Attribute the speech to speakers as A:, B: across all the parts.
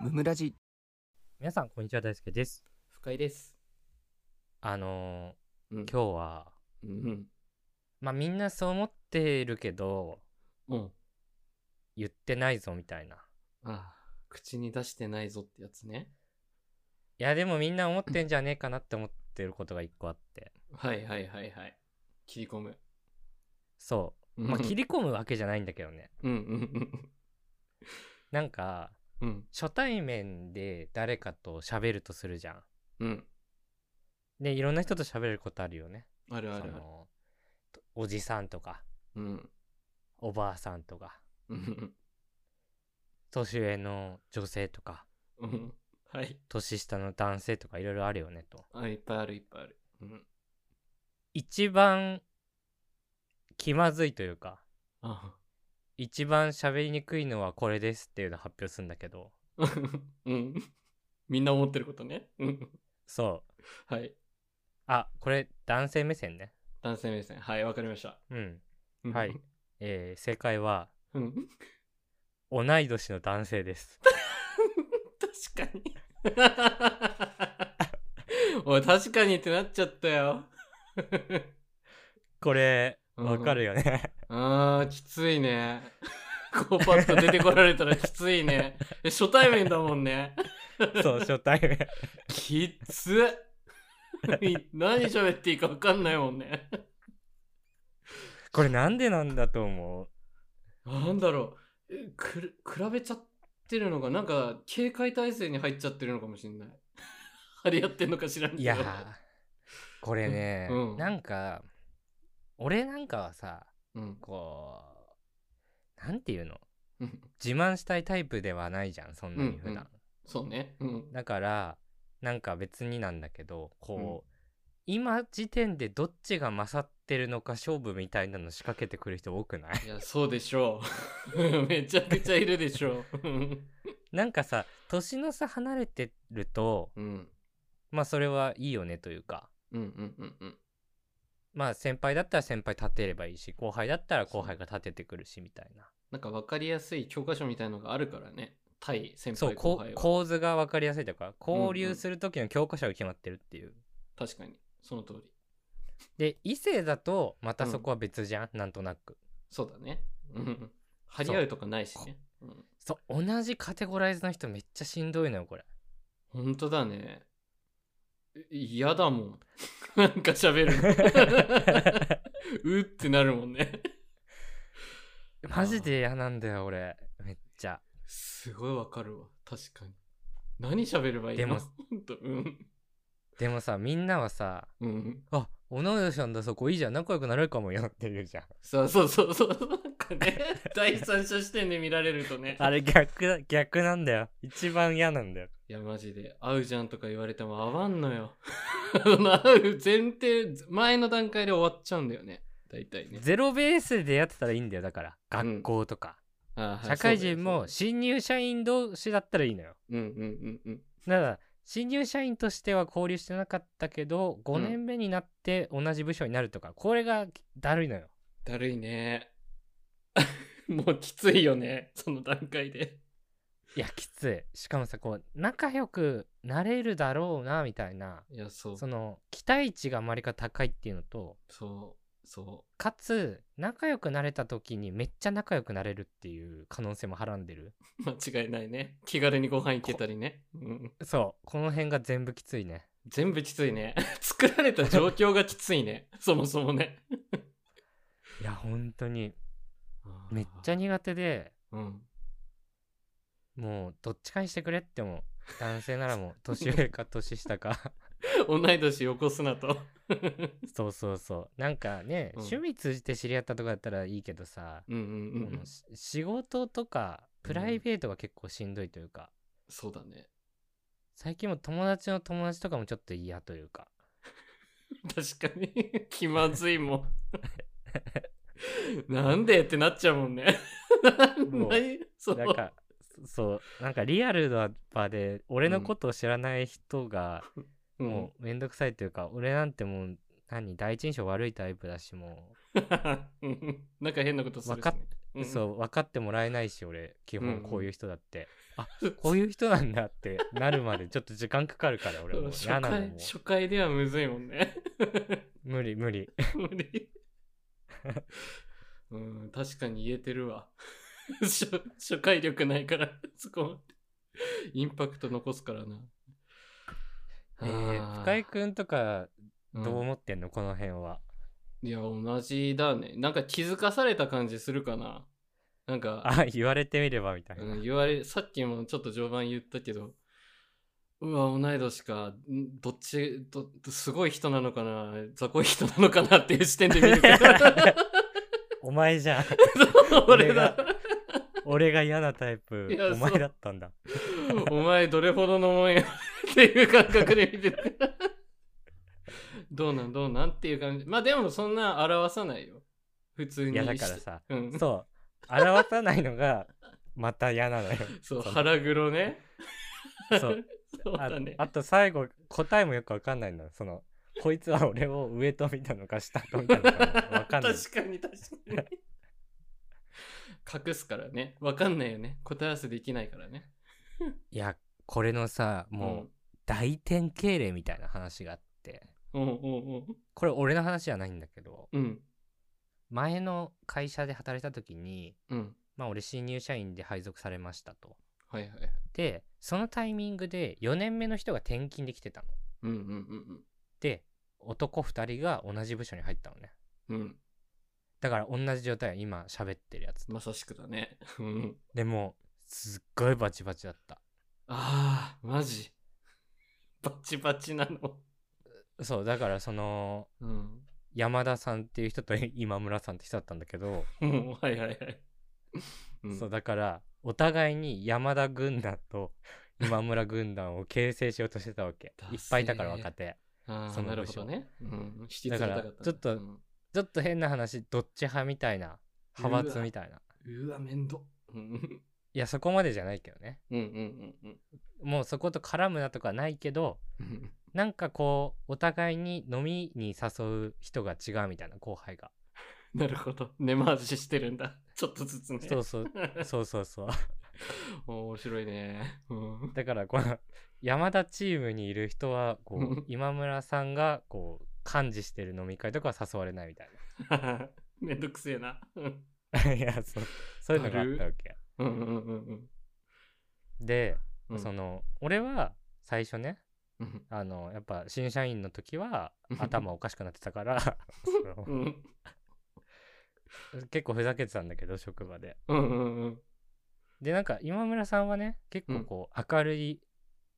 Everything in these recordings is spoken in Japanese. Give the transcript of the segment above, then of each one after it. A: ムムラジ
B: 皆さんこんにちは大輔です
C: 深井です。
B: あのー
C: う
B: 今
C: ん
B: 日は
C: うん
B: まあみんなそう思ってるけど
C: うん。うん。
B: 言ってないぞみたいない
C: ああ、口に出してないぞってやつね。
B: やでもみんな思ってんじゃねえかなって思ってることが一個あって
C: はいはいはいはい。切り込む。
B: そ
C: うん
B: うまあ切り込むわけじゃないんだけどね
C: うんうん
B: なんか
C: うんうん。
B: 初対面で誰かと喋るとするじゃん
C: うん。
B: でいろんな人と喋ることあるよね
C: あるあ
B: そ
C: るある。
B: のおじさんとか
C: うん。
B: おばあさんとか
C: うん
B: 年上の女性とか
C: うんうん。はい。
B: 年下の男性とかいろいろあるよねと
C: あ、いっぱいあるいっぱいある。うん。
B: 一番気まずいというか
C: あ
B: 一番喋りにくいのはこれですっていうのを発表するんだけど
C: あ。 うん。みんな思ってることね。うん。
B: そう
C: はい。
B: あこれ男性目線ね
C: 男性目線。はい、わかりました。
B: うん
C: うん
B: はい。えー正解は
C: うん。
B: 同い年の男性です
C: 確かに。 おい、確かにってなっちゃったよ。
B: これ
C: うん
B: わかるよね
C: あーきついね こうパッと出てこられたらきついねえ初対面だもんね
B: そう初対面
C: きっ つ何喋っていいか分かんないもんね
B: これなんでなんだと思う
C: なんだろうえくる比べちゃってるのがなんか警戒態勢に入っちゃってるのかもしんない張り合ってんのか知らんけど
B: いやーこれね、
C: うん
B: なんか俺なんかはさ
C: うん
B: こうなんていうの
C: うん
B: 自慢したいタイプではないじゃんそんなに普段、
C: うんそうねうん
B: だからなんか別になんだけどこう、今時点でどっちが勝ってるのか勝負みたいなの仕掛けてくる人多くない
C: いやそうでしょう めちゃくちゃいるでしょう
B: なんかさ年の差離れてると
C: うん
B: まあそれはいいよねというか
C: うんうんうんうん
B: まあ先輩だったら先輩立てればいいし後輩だったら後輩が立ててくるしみたいな
C: なんか分かりやすい教科書みたいのがあるからね。対先
B: そ
C: 輩
B: う
C: 後
B: こ
C: 輩は。
B: 構図が分かりやすいというか交流する時の教科書が決まってるっていう、
C: 確かに。その通り。
B: で異性だとまたそこは別じゃん、なんとなく
C: そうだね。 うん。張り合うとかないしね。うん。
B: そう同じカテゴライズの人めっちゃしんどいのよこれ
C: 本当だね。い嫌だもん。 なんか喋る の。うってなるもんね。
B: マジで嫌なんだよ俺めっちゃ
C: すごいわかるわ。確かに。何喋ればいい
B: で
C: の
B: も
C: 本当うん。
B: でもさみんなはさ
C: うん。
B: 「あ同い年なんだそこいいじゃん仲良くなれるかもよ」って言うじゃん
C: そうそうそうそう。なんか ね、第三者視点で見られるとね。
B: あれ逆だ逆なんだよ一番嫌なんだよ
C: いや、マジで、会うじゃんとか言われても合わんのよ。 あの会う前提、前の段階で終わっちゃうんだよね。大体ね。
B: ゼロベースでやってたらいいんだよだから
C: うん
B: 学校とか、
C: あー
B: 社会人も。
C: はい
B: 新入社員同士だったらいいのよ
C: そうだよそうだようんうんうん
B: だから新入社員としては交流してなかったけど5年目になって同じ部署になるとか、これがだるいのよ
C: うん。だるいね。 もうきついよね、その段階で。
B: いやきついしかもさこう仲良くなれるだろうなみたいない
C: や、そう。
B: その期待値があまりか高いっていうのと
C: そう。そ
B: かつ仲良くなれた時にめっちゃ仲良くなれるっていう可能性もはらんでる
C: う。間違いないね。気軽にご飯行けたりね。うん、
B: そうこの辺が全部きついね
C: 全部きついね。 作られた状況がきついね。 そもそもね。
B: いや本当にめっちゃ。苦手で
C: うん。
B: もうどっちかにしてくれってもう男性なら もう年上か年下か
C: 同い年よこすなと。
B: そうそうそうなんかね、
C: うん
B: 趣味通じて知り合ったとかだったらいいけどさ、
C: うんうんうんう
B: こ
C: ん
B: の。し仕事とかプライベートが結構しんどいというか、
C: そうだね。
B: 最近も友達の友達とかもちょっと嫌というか
C: 確かに 気まずいもんなんでってなっちゃうもんね
B: もう
C: 何そう
B: なんかそそうなんかリアルな場で俺のことを知らない人が
C: う
B: も
C: ん、
B: うめんどくさいというか、俺なんてもう何第一印象悪いタイプだしも
C: なんか変なことするし、ね
B: わかっ
C: う
B: う、
C: ん
B: そう分かってもらえないし俺基
C: うんう
B: 本
C: ん
B: こういう人だって、 あこういう人なんだってなるまでちょっと時間かかるから俺もう
C: 初
B: 嫌なの
C: 回
B: もう
C: 初回ではむずいもんね
B: 無理無理
C: 無理 うん確かに言えてるわ 初初回力ないから そこまでインパクト残すからな
B: えー、
C: あ
B: 深井くんとか
C: うん
B: どう思ってんの、この辺はい
C: や同じだねなんか気づかされた感じするかななんか
B: あ言われてみればみたいな、
C: うん、言われさっきもちょっと序盤言ったけどうわ同い年かんどっちどすごい人なのかな雑魚い人なのかなっていう視点で見るから
B: お前じゃん
C: 俺だ
B: 俺が嫌なタイプ
C: いや
B: お前
C: そう
B: だったんだ
C: お前どれほどのもんやっていう感覚で見てるからどうなんどうなんっていう感じまあでもそんな表さないよ普通に
B: いやだからさ
C: う ん、
B: そう表さないのがまた嫌 なのよ
C: そう
B: その
C: 腹黒ね
B: そう
C: そう
B: あ
C: だね
B: あと最後答えもよくわかんないのそのこいつは俺を上と見たのか下と見たのかわかんない
C: 確かに確かに隠すからねわかんないよね答え合わせできないからね
B: いやこれのさもう大典型例みたいな話があって
C: うんうんうん
B: これ俺の話じゃないんだけど
C: うん
B: 前の会社で働いた時に
C: うん
B: まあ俺新入社員で配属されましたと
C: はいはい
B: でそのタイミングで4年目の人が転勤できてたの
C: うんうんうん
B: で男2人が同じ部署に入ったのね
C: うんうん
B: だから同じ状態今喋ってるやつと
C: まさしくだねうん
B: でもすっごいバチバチだった
C: あーマジバチバチなの
B: そうだからその
C: うん
B: 山田さんっていう人と今村さんって人だったんだけど、
C: うんはいはいはい、うん、
B: そうだからお互いに山田軍団と今村軍団を形成しようとしてたわけ
C: ダセー
B: いっぱいいたから若手
C: あ
B: そ
C: あ
B: の
C: なる
B: 部
C: ほ
B: 署
C: どね、うん、引き継
B: だ
C: ぎ
B: か
C: た
B: ら
C: かったんだ
B: ちょっと
C: うん
B: ちょっと変な話どっち派みたいな派閥みたいな
C: うわめんどうん
B: いやそこまでじゃないけどね
C: うんうんうん
B: もうそこと絡むなとかないけど
C: うん
B: なんかこうお互いに飲みに誘う人が違うみたいな後輩が
C: なるほど。根回ししてるんだ。ちょっとずつね。
B: そうそう そうそうそう
C: 面白いね。うん。
B: だからこの山田チームにいる人はこ
C: う
B: うん今村さんがこう幹事してる飲み会とかは誘われないみたい
C: めんどくせえな。うん
B: ないやそうそういうのがあったわけ
C: うんうんうん
B: で、
C: うん。
B: その俺は最初ね
C: うん。
B: あのやっぱ新社員の時は
C: うん
B: 頭おかしくなってたから そ
C: うん
B: の結構ふざけてたんだけど職場で
C: うんうんうん。
B: でなんか今村さんはね結構こう明るい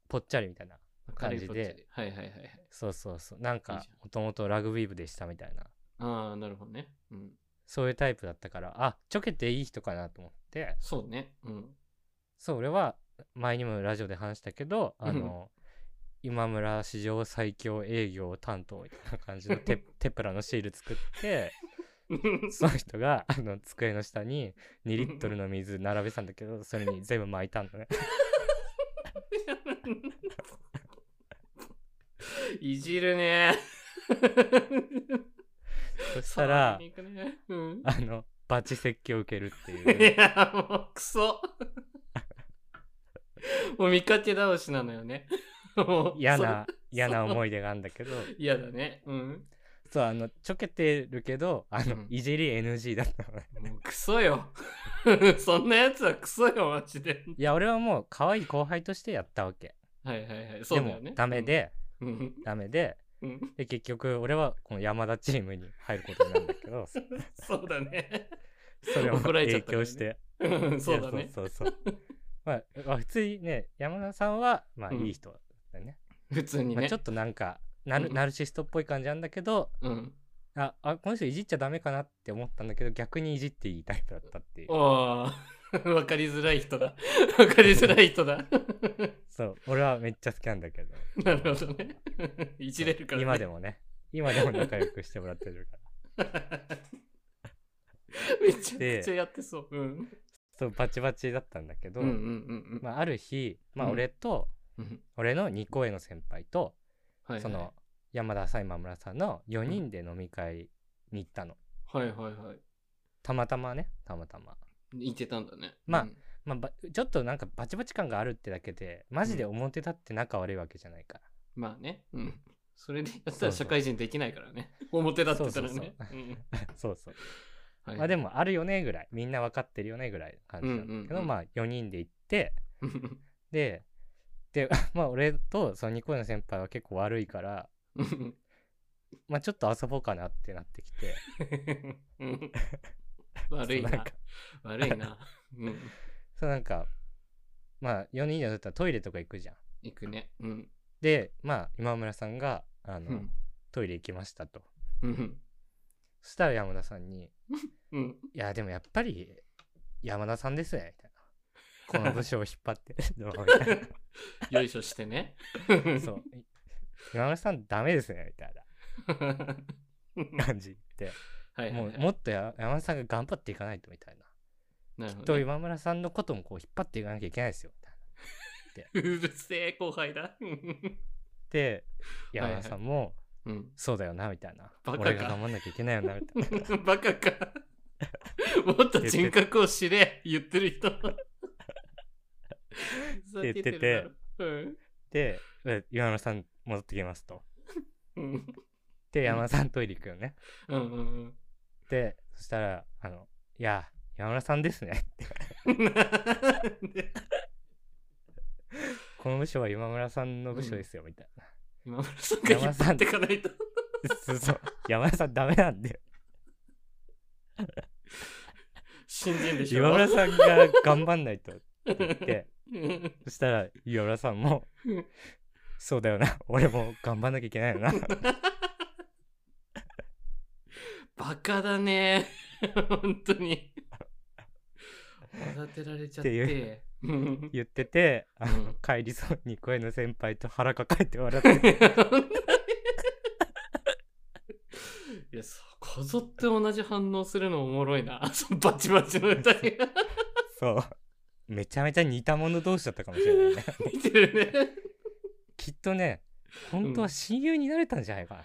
B: ぽっちゃりみたいな感じで
C: 明るいこっち。はいはいはいはい。
B: そうそうそうなん
C: いい
B: か
C: じゃん
B: もともとラグビー部でしたみたいな
C: ああ、なるほどね。うん。
B: そういうタイプだったからあちょけていい人かなと思って
C: そうね。 うん。
B: そう俺は前にもラジオで話したけどあの今村史上最強営業担当みたいな感じの テテプラのシール作ってその人があの机の下に2リットルの水並べてたんだけどそれ に全部巻いたんだね
C: いじるね。
B: そしたら
C: 触りに行くねうん。
B: あのバチ説教を受けるって
C: い
B: いう
C: や、もうクソ。 もう見かけ倒しなのよね。もう
B: 嫌な
C: そ
B: 嫌な思い出があるんだけど
C: う嫌だね。うん。
B: そうあのちょけてるけどあの、
C: うん
B: いじり NG だったのね
C: もうクソよ。 そんなやつはクソよ、マジで。
B: いや俺はもう可愛い後輩としてやったわけ
C: はいはいはい。そうだよ
B: で
C: ね
B: も。ダメで、
C: うん。
B: ダメで
C: うん。
B: で結局俺はこの山田チームに入ることになるんだけ どそ
C: そうだね。
B: それを
C: 怒られちゃ
B: 影
C: ったからね
B: 響して
C: うんそうだ
B: いや
C: ね。
B: そうそうそうまあまあ普通にね山田さんはまあ
C: うん
B: いい人だよね、
C: 普通に
B: まあ、
C: ね
B: ちょ。っとなんかナル,、
C: うん
B: ナルシストっぽい感じなんだけど
C: うん。
B: ああこの人いじっちゃダメかなって思ったんだけど逆にいじっていいタイプだったっていう
C: おー。 わかりづらい人だ。 わかりづらい人だ。
B: そう俺はめっちゃ好きなんだけど
C: なるほどね。いじれるから、ね。
B: 今でもね今でも仲良くしてもらってるから
C: めちゃくちゃやってそう。うん。
B: そうバチバチだったんだけど、
C: うんうんうんうん。
B: まあ、ある日、まあ、
C: うん
B: 俺と、
C: うん
B: 俺の2個上の先輩と、
C: はいはい
B: その山田さん今村さんの4人で飲み会に行ったの、
C: はいはいは
B: たまたまねたまたま
C: い。いてたんだね。
B: まあ
C: うん
B: まあば、ちょっとなんかバチバチ感があるってだけでマジで表立って仲悪いわけじゃないから、
C: まあね。うん。それでやったら
B: そうそ
C: 社
B: う
C: 会人できないからね。表立ってたら
B: そう
C: ね。うん
B: そうそう、
C: はい
B: まあでもあるよねぐらいみんな分かってるよねぐらいの感じなんだけど、
C: うんうんうん
B: まあ4人で行って
C: うん
B: でで まあ俺とそのニコイの先輩は結構悪いから
C: うん
B: まあちょっと遊ぼうかなってなってきて
C: うん悪い
B: そう
C: なん
B: か。
C: 悪いな。うん
B: そうなんかまあ4人だったらトイレとか行くじゃん
C: 行くね。うん。
B: でまあ今村さんがあの、
C: うん
B: トイレ行きましたと
C: うん。
B: そしたら山田さんに
C: うん。
B: 「いやでもやっぱり山田さんですね」みたいな「この部署を引っ張 ってどうも」みたい
C: よいしょしてね。
B: な「そうい今村さんダメですね」みたいな感じで
C: はいはいはい。
B: もうもっとや山田さんが頑張っていかないとみたいな
C: なる
B: きっ
C: ほど
B: と
C: ね
B: 今村さんのこともこう引っ張っていかなきゃいけないですよみたいな
C: うるせえ後輩だ。うん
B: で
C: はいはい
B: 山田さんも
C: う
B: 「
C: ん
B: そうだよな」みたいな「
C: バカか
B: 俺が頑張んなきゃいけないよな」みたいな
C: バカか。もっと人格を知れ、言ってる人。
B: 言っててでえ「今村さん戻ってきます」と。
C: うん。うん。
B: で山田さんトイレ行くよね。
C: うんうん
B: でそしたら「あのいや山村さんですね」
C: うん。なんで
B: この部署は今村さんの部署ですよ、みたいな。
C: 今村さんが引っ張ってかないと。
B: そうそう。山村さんダメなんで。
C: 新人でしょ。
B: 今村さんが頑張んないとって言 って、
C: うん
B: そしたら今村さんも
C: うん、
B: そうだよな。俺も頑張んなきゃいけないよな。
C: バカだね。本当に。育てられちゃっ
B: って
C: て。うん
B: 言ってて、あの
C: うん
B: 帰りそうに声の先輩と腹抱えて笑って。
C: いや、そうこぞって同じ反応するのおもろいな。 そうバチバチの歌に
B: そう。めちゃめちゃ似た者同士だったかもしれないね。
C: 見てるね。
B: きっとね、本当は親友になれたんじゃないかな。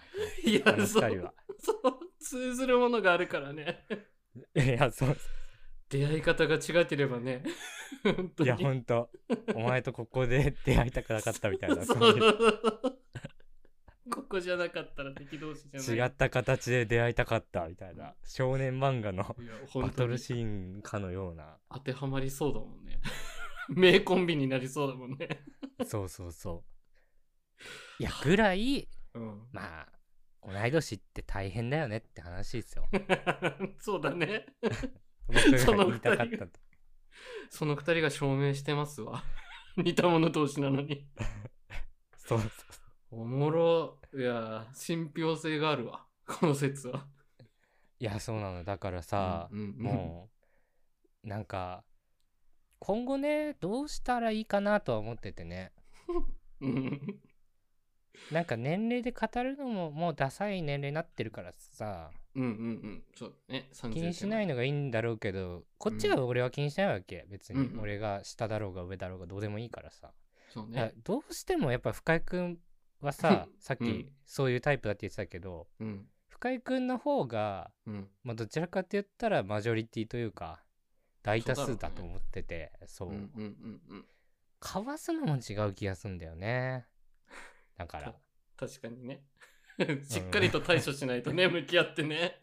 C: いや
B: あの、
C: そ
B: 二人
C: う
B: は。
C: そう、通ずるものがあるからね。
B: いや、そう。
C: 出会い方が違ければね。本当
B: い
C: に。
B: や、本当お前とここで出会いたくなかったみたいな。
C: そう
B: そういう
C: ここじゃなかったら敵同士じゃない。
B: 違った形で出会いたかったみたいな少年漫画の
C: いや
B: バ
C: 本
B: ト
C: 当
B: ル
C: に
B: シーンかのような
C: 当てはまりそうだもんね。 名コンビになりそうだもんね。
B: そうそう そういやぐらい
C: うん。
B: まあ同い年って大変だよねって話です よ
C: そうだね。
B: 僕
C: そ
B: が
C: の
B: 言いたかったと
C: その二人が証明してますわ。 似た者同士なのに。
B: そうそう
C: おもろ。いやー、信憑性があるわ。この説は。
B: いやそうなのだからさ、
C: うんうん
B: もうなんか今後ねどうしたらいいかなとは思っててね
C: うん。
B: なんか年齢で語るのももうダサい年齢になってるからさ
C: うんうんうん。そうだね。30
B: 気にしないのがいいんだろうけどこっちは俺は気にしないわけ、別
C: うん
B: に
C: うん
B: 俺が下だろうが上だろうがどうでもいいからさ、
C: そう
B: だか
C: ね
B: ら。どうしてもやっぱ深井君はささっ
C: う
B: き
C: ん
B: そういうタイプだって言ってたけど、
C: うん。
B: 深井君の方が、
C: うん。
B: まあ、どちらかって言ったらマジョリティというか大多
C: そ
B: 数
C: う
B: だ
C: だろうね
B: と思っててそう,、
C: うんうんうんうん。
B: かわすのも違う気がすんだよねだから
C: 確かにね。 しっかりと対処しないとね、向き合ってね。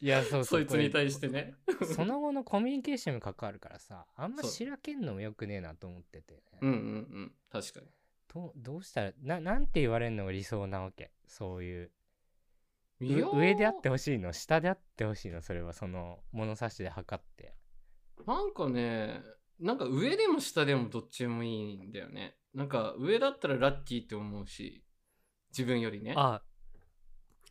B: いやそう
C: そいつに対
B: て
C: してね。
B: その後のコミュニケーションにも関わるからさあんま
C: そう
B: しらけんのもよくねえなと思ってて、ね
C: うんうんうん。確かに。
B: どどうしたらななんて言われるのが理想なわけそういうう
C: いやー
B: 上であってほしいの下であってほしいのそれはその物差しで測って
C: なんかね、なんか上でも下でもどっちでもいいんだよね。なんか上だったらラッキーって思うし、自分よりね。
B: あ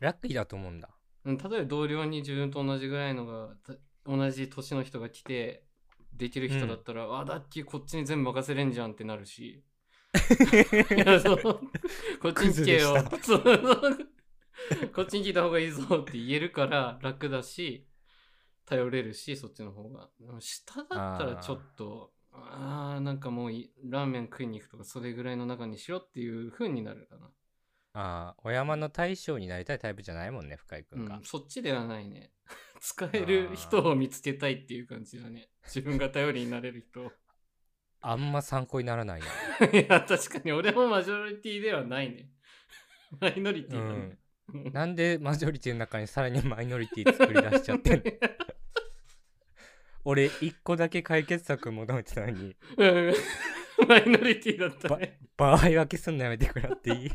B: ラッキーだと思うんだ
C: うん例えば同僚に自分と同じぐらいのが、た同じ年の人が来て、できる人だったら、あ、ラッキーこっちに全部任せれんじゃんってな るし。いやそうこっちに聞けよ
B: クズで。
C: そう そうこっちに聞いた方がいいぞって言えるから楽だし、頼れるし、そっちの方が。でも下だったらちょっと、ああー、なんかもういラーメン食いに行くとか、それぐらいの中にしろっていう風になるかな。
B: ああ、お山の大将になりたいタイプじゃないもんね、深井
C: う
B: 君が
C: ん、。そっちではないね 使える人を見つけたいっていう感じだ ね自分が頼りになれる人
B: あんま参考にならないな。
C: いや確かに俺もマジョリティではないね マイノリティだね、 うん
B: なんでマジョリティの中にさらにマイノリティ作り出しちゃってんの 俺、一個だけ解決策求めてたのに、
C: うんマイノリティだったね。
B: 場合分けすんのやめてくらって いい。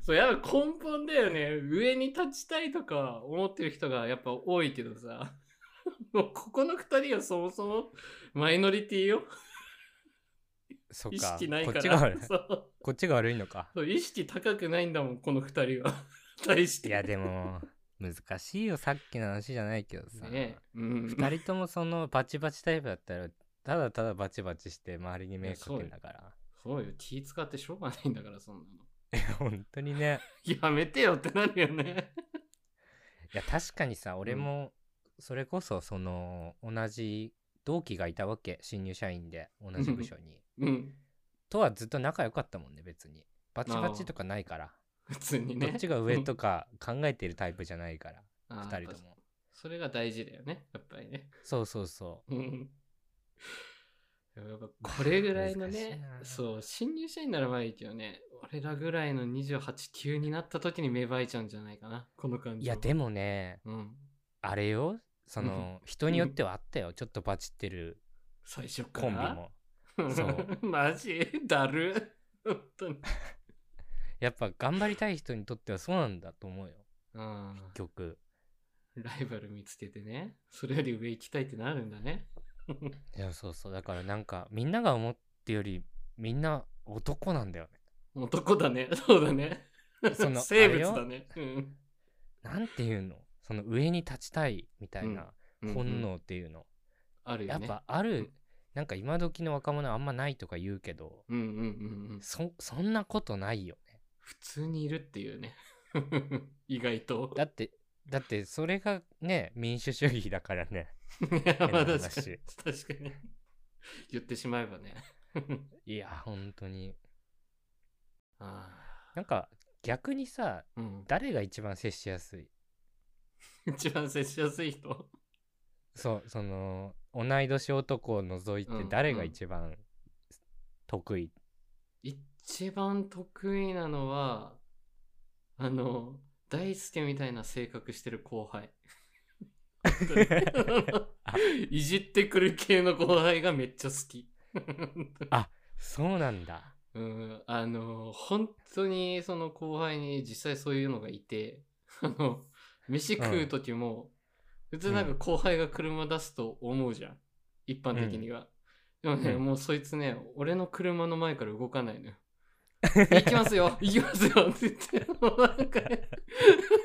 C: そう、やっぱ根本だよね。上に立ちたいとか思ってる人がやっぱ多いけどさ。 もうここの二人はそもそもマイノリティよ。
B: そっ
C: 意
B: か
C: 識ない
B: こ
C: か
B: っちが悪
C: ら
B: い。
C: そう
B: こっちが悪いのか。
C: そう。意識高くないんだもん、この二人は。 大して。
B: いや、でも、難しいよ、さっきの話じゃないけどさ。
C: ねえ。うん。
B: 二人ともそのバチバチタイプだったら、ただただバチバチして周りに迷惑かけんだから。
C: そうよ。気使ってしょうがないんだから、そんなの。
B: 本当にね。
C: やめてよってなるよね。
B: いや確かにさ俺もそれこそその同じ同期がいたわけ新入社員で同じ部署に
C: うん。
B: とはずっと仲良かったもんね別にバチバチとかないから
C: 普通に
B: ど
C: ね。
B: っちが上とか考えてるタイプじゃないから
C: うんあー
B: 2人とも
C: それが大事だよね、やっぱりね。
B: そうそうそ
C: うんやっぱこれぐらいのね
B: 難しいな
C: そう新入社員ならまだいいけどね俺らぐらいの289になった時に芽生えちゃうんじゃないかなこの感
B: う
C: じ
B: いやでもね
C: うん
B: あれよその人によってはあったよちょっとバチってる
C: 最初から
B: コンビも そう
C: マジだる本当に
B: やっぱ頑張りたい人にとってはそうなんだと思うよ
C: あ
B: 結局
C: ライバル見つけてねそれより上行きたいってなるんだね
B: いやそうそうだからなんかみんなが思ってよりみんな男なんだよね
C: 男だね そうだね
B: そ の
C: 生物だ
B: あ
C: ねうん
B: なんていうのその上に立ちたいみたいな
C: うんうん
B: 本能っていうの、
C: あるよ
B: やっ
C: ね
B: ぱある、
C: うん
B: なんか今時の若者あんまないとか言うけど
C: うんうんうんうん
B: そそんなことないよね
C: 普通にいるっていうね 意外と
B: だってだってそれがね民主主義だからね
C: いやまあ
B: 変な
C: 確か
B: 話
C: に確かに言ってしまえばね
B: いや本当に
C: あ
B: なんか逆にさ
C: あ、うん、
B: 誰が一番接しやすい
C: 一番接しやすい人
B: そうその同い年男を除いて
C: うん
B: 誰が
C: うん
B: 一番得意、
C: 一番得意なのはあの大輔みたいな性格してる後輩いじってくる系の後輩がめっちゃ好き
B: そうなんだ
C: うん、あの、本当にその後輩に実際そういうのがいて、 あの、飯食う時も、普通なんか後輩が車出すと思うじゃん。一般的には。でもね、
B: うん
C: もうそいつね、俺の車の前から動かない のよ。行きますよ行きますよって言って、もうなんかね、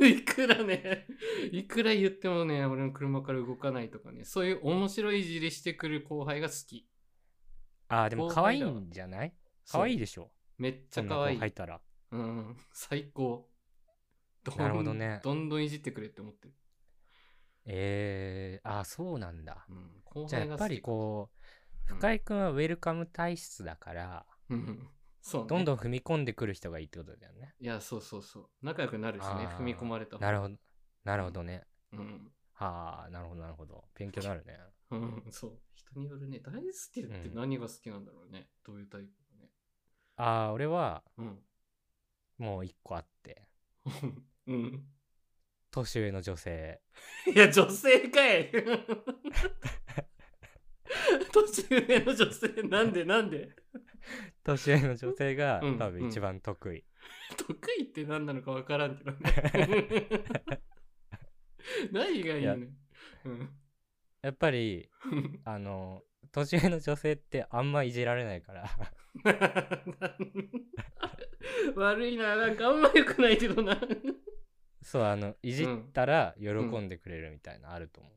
C: いくらね、いくら言ってもね、俺の車から動かないとかね、そういう面白いいじりしてくる後輩が好き。
B: あーでも
C: 後
B: 可愛
C: 輩
B: い
C: だわ
B: んじゃない可愛い
C: そう
B: でしょ
C: めっち
B: そ
C: ゃ
B: んな子
C: 可愛い
B: 入っ。たら
C: うん、最高。どん
B: なるほどね
C: どんどんいじってくれって思ってる。
B: えー、あーそうなんだ
C: うん、後
B: じゃあ
C: 輩
B: や
C: が
B: っ
C: 好
B: ぱ
C: き
B: りこう
C: うん
B: 深井君はウェルカム体質だから、
C: うん、そう、ね。
B: どんど
C: ん。
B: ん踏み込んでくる人がいいってことだよね
C: いや、そうそうそう。仲良くなるしね
B: あ、ー
C: 踏み込まれた方
B: なるほどなるほどね
C: うん。
B: はあなるほどなるほど勉強になるね
C: うん、そう。人によるね、大好きって
B: うん
C: 何が好きなんだろうね。どういうタイプだね。
B: ああ俺は
C: うん。
B: もう一個あって
C: うん。
B: 年上の女性
C: いや、女性かい 年上の女性、なんでなんで
B: 年上の女性 が
C: うん
B: 多分一番得意、
C: 得意って何なのか分からんけ どね。何がいい
B: いや
C: のうん。
B: やっぱりあの年上の女性ってあんまいじられないから
C: 悪いな、なんかあんま良くないけどな。
B: そうあのいじったら喜んでくれるみたいなあると思う、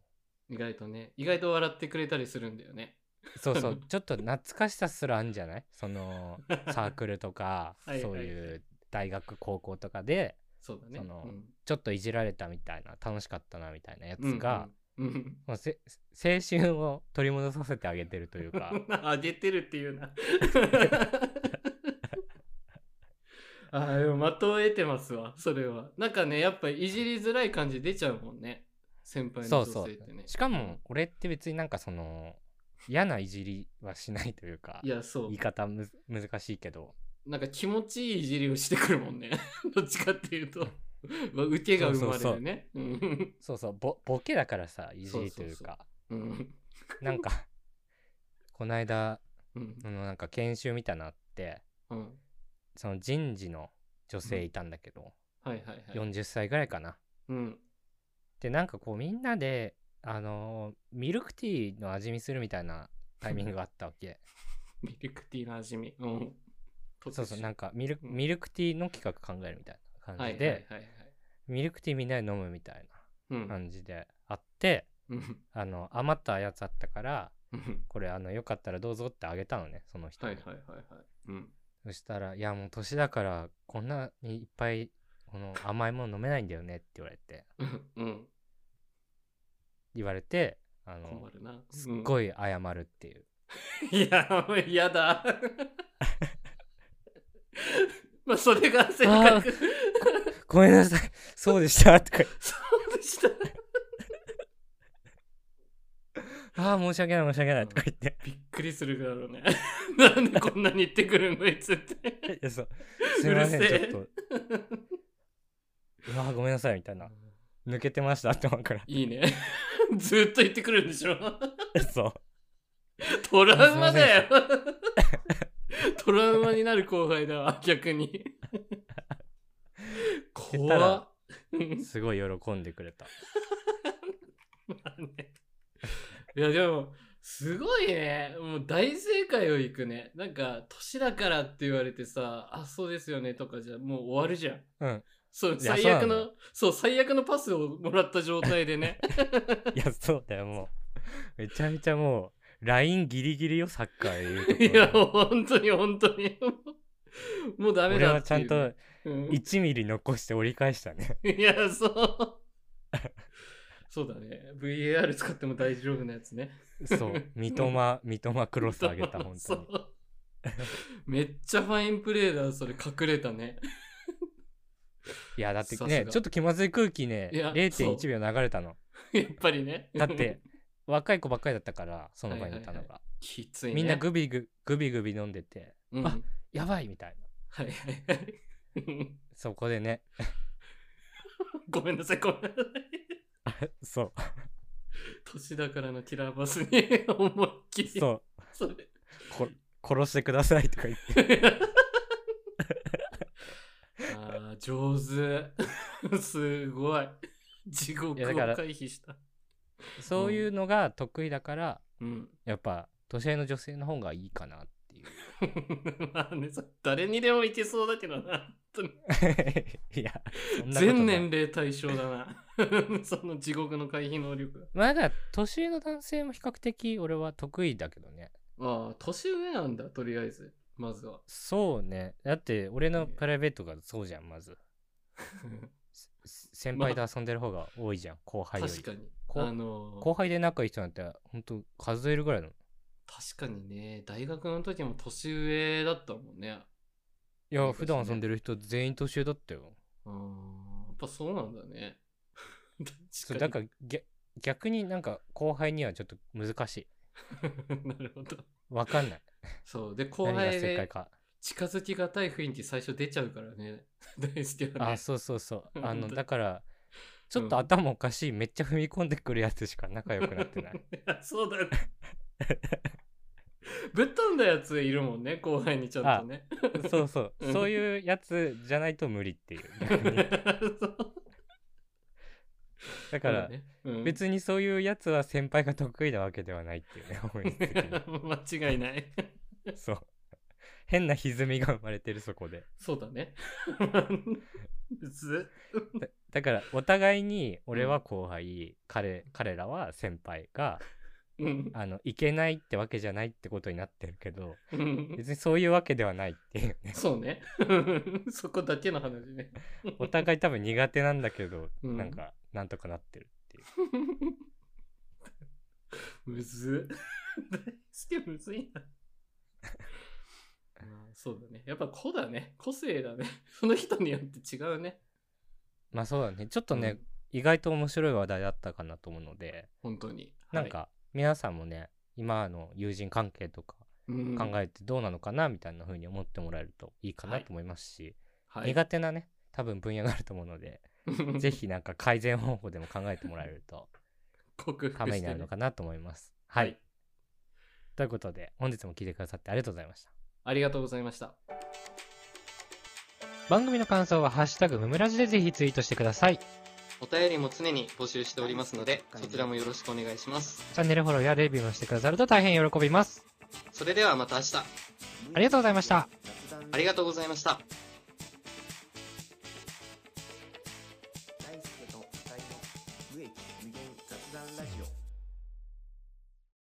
C: 意外とね、意外と笑ってくれたりするんだよね。
B: そうそうちょっと懐かしさすらあんじゃないその サークルとか
C: はい
B: そう
C: はい
B: い
C: は
B: う大学高校とかで
C: そうだね。
B: その
C: うん
B: ちょっといじられたみたいな楽しかったなみたいなやつが、、
C: うんうん
B: もうせ青春を取り戻させてあげてると いう
C: う
B: か
C: んあげてるっていうな。あーでもまとえてますわそれはなんかねやっぱいじりづらい感じ出ちゃうもんね先輩
B: そ
C: の
B: うそ
C: 女
B: う
C: 性ってね
B: しかも俺って別になんかその嫌ないじりはしないというか
C: いやそう
B: 言い方むず難しいけど
C: なんか気持ちいいいじりをしてくるもんね どっちかっていう とまあ受けが生まれるねうん
B: そうそうボボケだからさいじりというか
C: そうそううん
B: なんか この間
C: うん
B: あのなんか研修みたいなのあって
C: うん
B: その人事の女性いたんだけど、
C: はいはいはい
B: 40歳ぐらいかな
C: うん
B: でなんかこうみんなであのーミルクティーの味見するみたいなタイミングがあったわ け
C: ミルクティーの味見うん
B: そうそうなんんかミル
C: うん
B: ミルクティーの企画考えるみたいな
C: は
B: 感
C: い
B: じ
C: はい
B: で、
C: はいはい
B: ミルクティーみんなで飲むみたい
C: うん
B: な感じであって、
C: うん
B: あの余ったやつあったから
C: うん
B: これあのよかったらどうぞってあげたのねその人
C: は
B: に、
C: いはいはいはいうん
B: そしたら「いやもう年だからこんなにいっぱいこの甘いもの飲めないんだよね」って言われて
C: うんうん
B: 言われてあの
C: 困るな
B: すっご
C: い
B: い謝るっていう、
C: いやもう嫌 だまあそれが性
B: あ
C: 格
B: ーごめんなさい そうでした」と か
C: そうでした
B: 「ああ申し訳ない申し訳ない」とか言って
C: びっくりするだろうね なんでこんなに言ってくるのいつって
B: 「いやそうすいませ
C: うるせえ
B: んちょっと うわーごめんなさい」みたいな「抜けてました」って思うから
C: いいね ずっと言ってくるんでしょ
B: そう
C: トラウマだよ トラウマになる後輩だわ 逆に
B: 言った
C: 怖
B: ら
C: っ うん
B: すごい喜んでくれた。
C: まあねいやでもすごいねもう大正解をいくねなんか年だからって言われてさあそうですよねとかじゃもう終わるじゃん
B: うん。
C: そう
B: いや
C: 最悪
B: そうなの
C: のそう最悪のパスをもらった状態でね
B: いや、そうだよ、もう。めちゃめちゃもう、ラインギリギリよ、サッカーで言うところ。
C: いや本当に本当にもうダメ
B: 俺
C: だ
B: は
C: っ
B: ち
C: て
B: ゃ
C: い
B: ん
C: う
B: と
C: うん
B: 1ミリ残して折り返したね。
C: いやそうそうだね VAR 使っても大丈夫なやつね
B: そう。三笘、三笘クロス上げた、本
C: そ
B: 当に
C: う。めっちゃファインプレーだそれ隠れたね
B: いや、だって
C: さす
B: ね、
C: が
B: ちょっと気まずい空気ね、
C: いや
B: 0.1秒流れたの。
C: やっぱりね
B: だ って、若い子ばっかりだったから、その場にいた
C: は
B: の
C: い
B: が。
C: きついね
B: みんなグビググビグビ飲んでて、
C: うん
B: あやばいみたいな。
C: はいはいはいうん
B: そこでね、
C: ごめんなさいごめんなさい
B: そ
C: 年だからのキラーバスに思いっき
B: う、
C: り
B: そう、
C: それ
B: こ殺してくださいとか言って。
C: あー上手 すごい地獄を
B: いやだから
C: 回避した
B: そういうのが得意だから、
C: うん
B: やっぱ年上の女性の方がいいかなってい
C: まあねそ誰にでもいけそうだけどな本
B: ういやそ
C: 当
B: ん
C: に
B: なことない
C: 全年齢対象だな その地獄の回避能力
B: まあだから年上の男性も比較的俺は得意だけどね
C: ああ年上なんだとりあえずまずは
B: そうねだって俺のプライベートがそうじゃんまずせ先輩と遊んでる方が多いじゃん後輩より
C: 確かに
B: こう
C: あの
B: 後輩で仲いい人なんてほんと数えるぐらいのい
C: 確かにね大学の時も年上だったもんねいい
B: や
C: です
B: 普
C: ね
B: 段遊んでる人全員年上だったよ
C: うんやっぱそうなんだね
B: そう
C: 確
B: だか
C: か
B: ら逆逆になんか後輩にはちょっと難しい
C: に なるほど
B: わかんない
C: そうで 後
B: 何が
C: 輩
B: 正解
C: で
B: か
C: 近づきがたい雰囲気最初出ちゃうからね 大好きはね
B: あそうそうそうあ
C: 本当
B: の
C: に
B: だからちょっ
C: う
B: と
C: ん
B: 頭おかしい、めっちゃ踏み込んでくるやつしか仲良くなってない
C: やそうだねぶっ飛んだやついるもんね後輩にちゃんとね
B: そうそう
C: うん
B: そういうやつじゃないと無理っていう逆に
C: そう
B: だから、
C: そうだねうん
B: 別にそういうやつは先輩が得意なわけではないっていうね本質的
C: 間違いない
B: にそう変な歪みが生まれてるそこで
C: そうだね 普通
B: だからお互いに俺は後輩、彼彼らは先輩が
C: うん
B: あのいけないってわけじゃないってことになってるけ ど
C: うん
B: 別にそういうわけではないっていう ね
C: そうね そこだけの話ね
B: お互い多分苦手なんだけど、
C: うん
B: なんかなんとかなってるっていう
C: むずっ大好きむずいなまあそうだね。やっぱ個だね。個性だね。その人によって違うね。
B: まあそうだねちょっとね、
C: うん
B: 意外と面白い話題だったかなと思うので
C: 本当に。
B: なんか皆さんもね今の友人関係とか
C: はい、うん
B: 考えてどうなのかなみたいな風に思ってもらえるといいかな
C: はい
B: と思いますし、
C: はい、
B: 苦手なね多分分野があると思うので ぜひなんか改善方法でも考えてもらえると
C: 克服してね
B: ためになるのかなと思います。はい、ということで本日も聞いてくださってありがとうございました。
C: ありがとうございました。
B: 番組の感想は「ハッシュタグむむらじ」でぜひツイートしてください。チ
C: お便りも常に募集しておりますので、そちらもよろしくお願いします。
B: ャンネルフォローやレビューもしてくださると大変喜びます。
C: それではまた明日、
B: ありがとうございました。
C: ありがとうございました。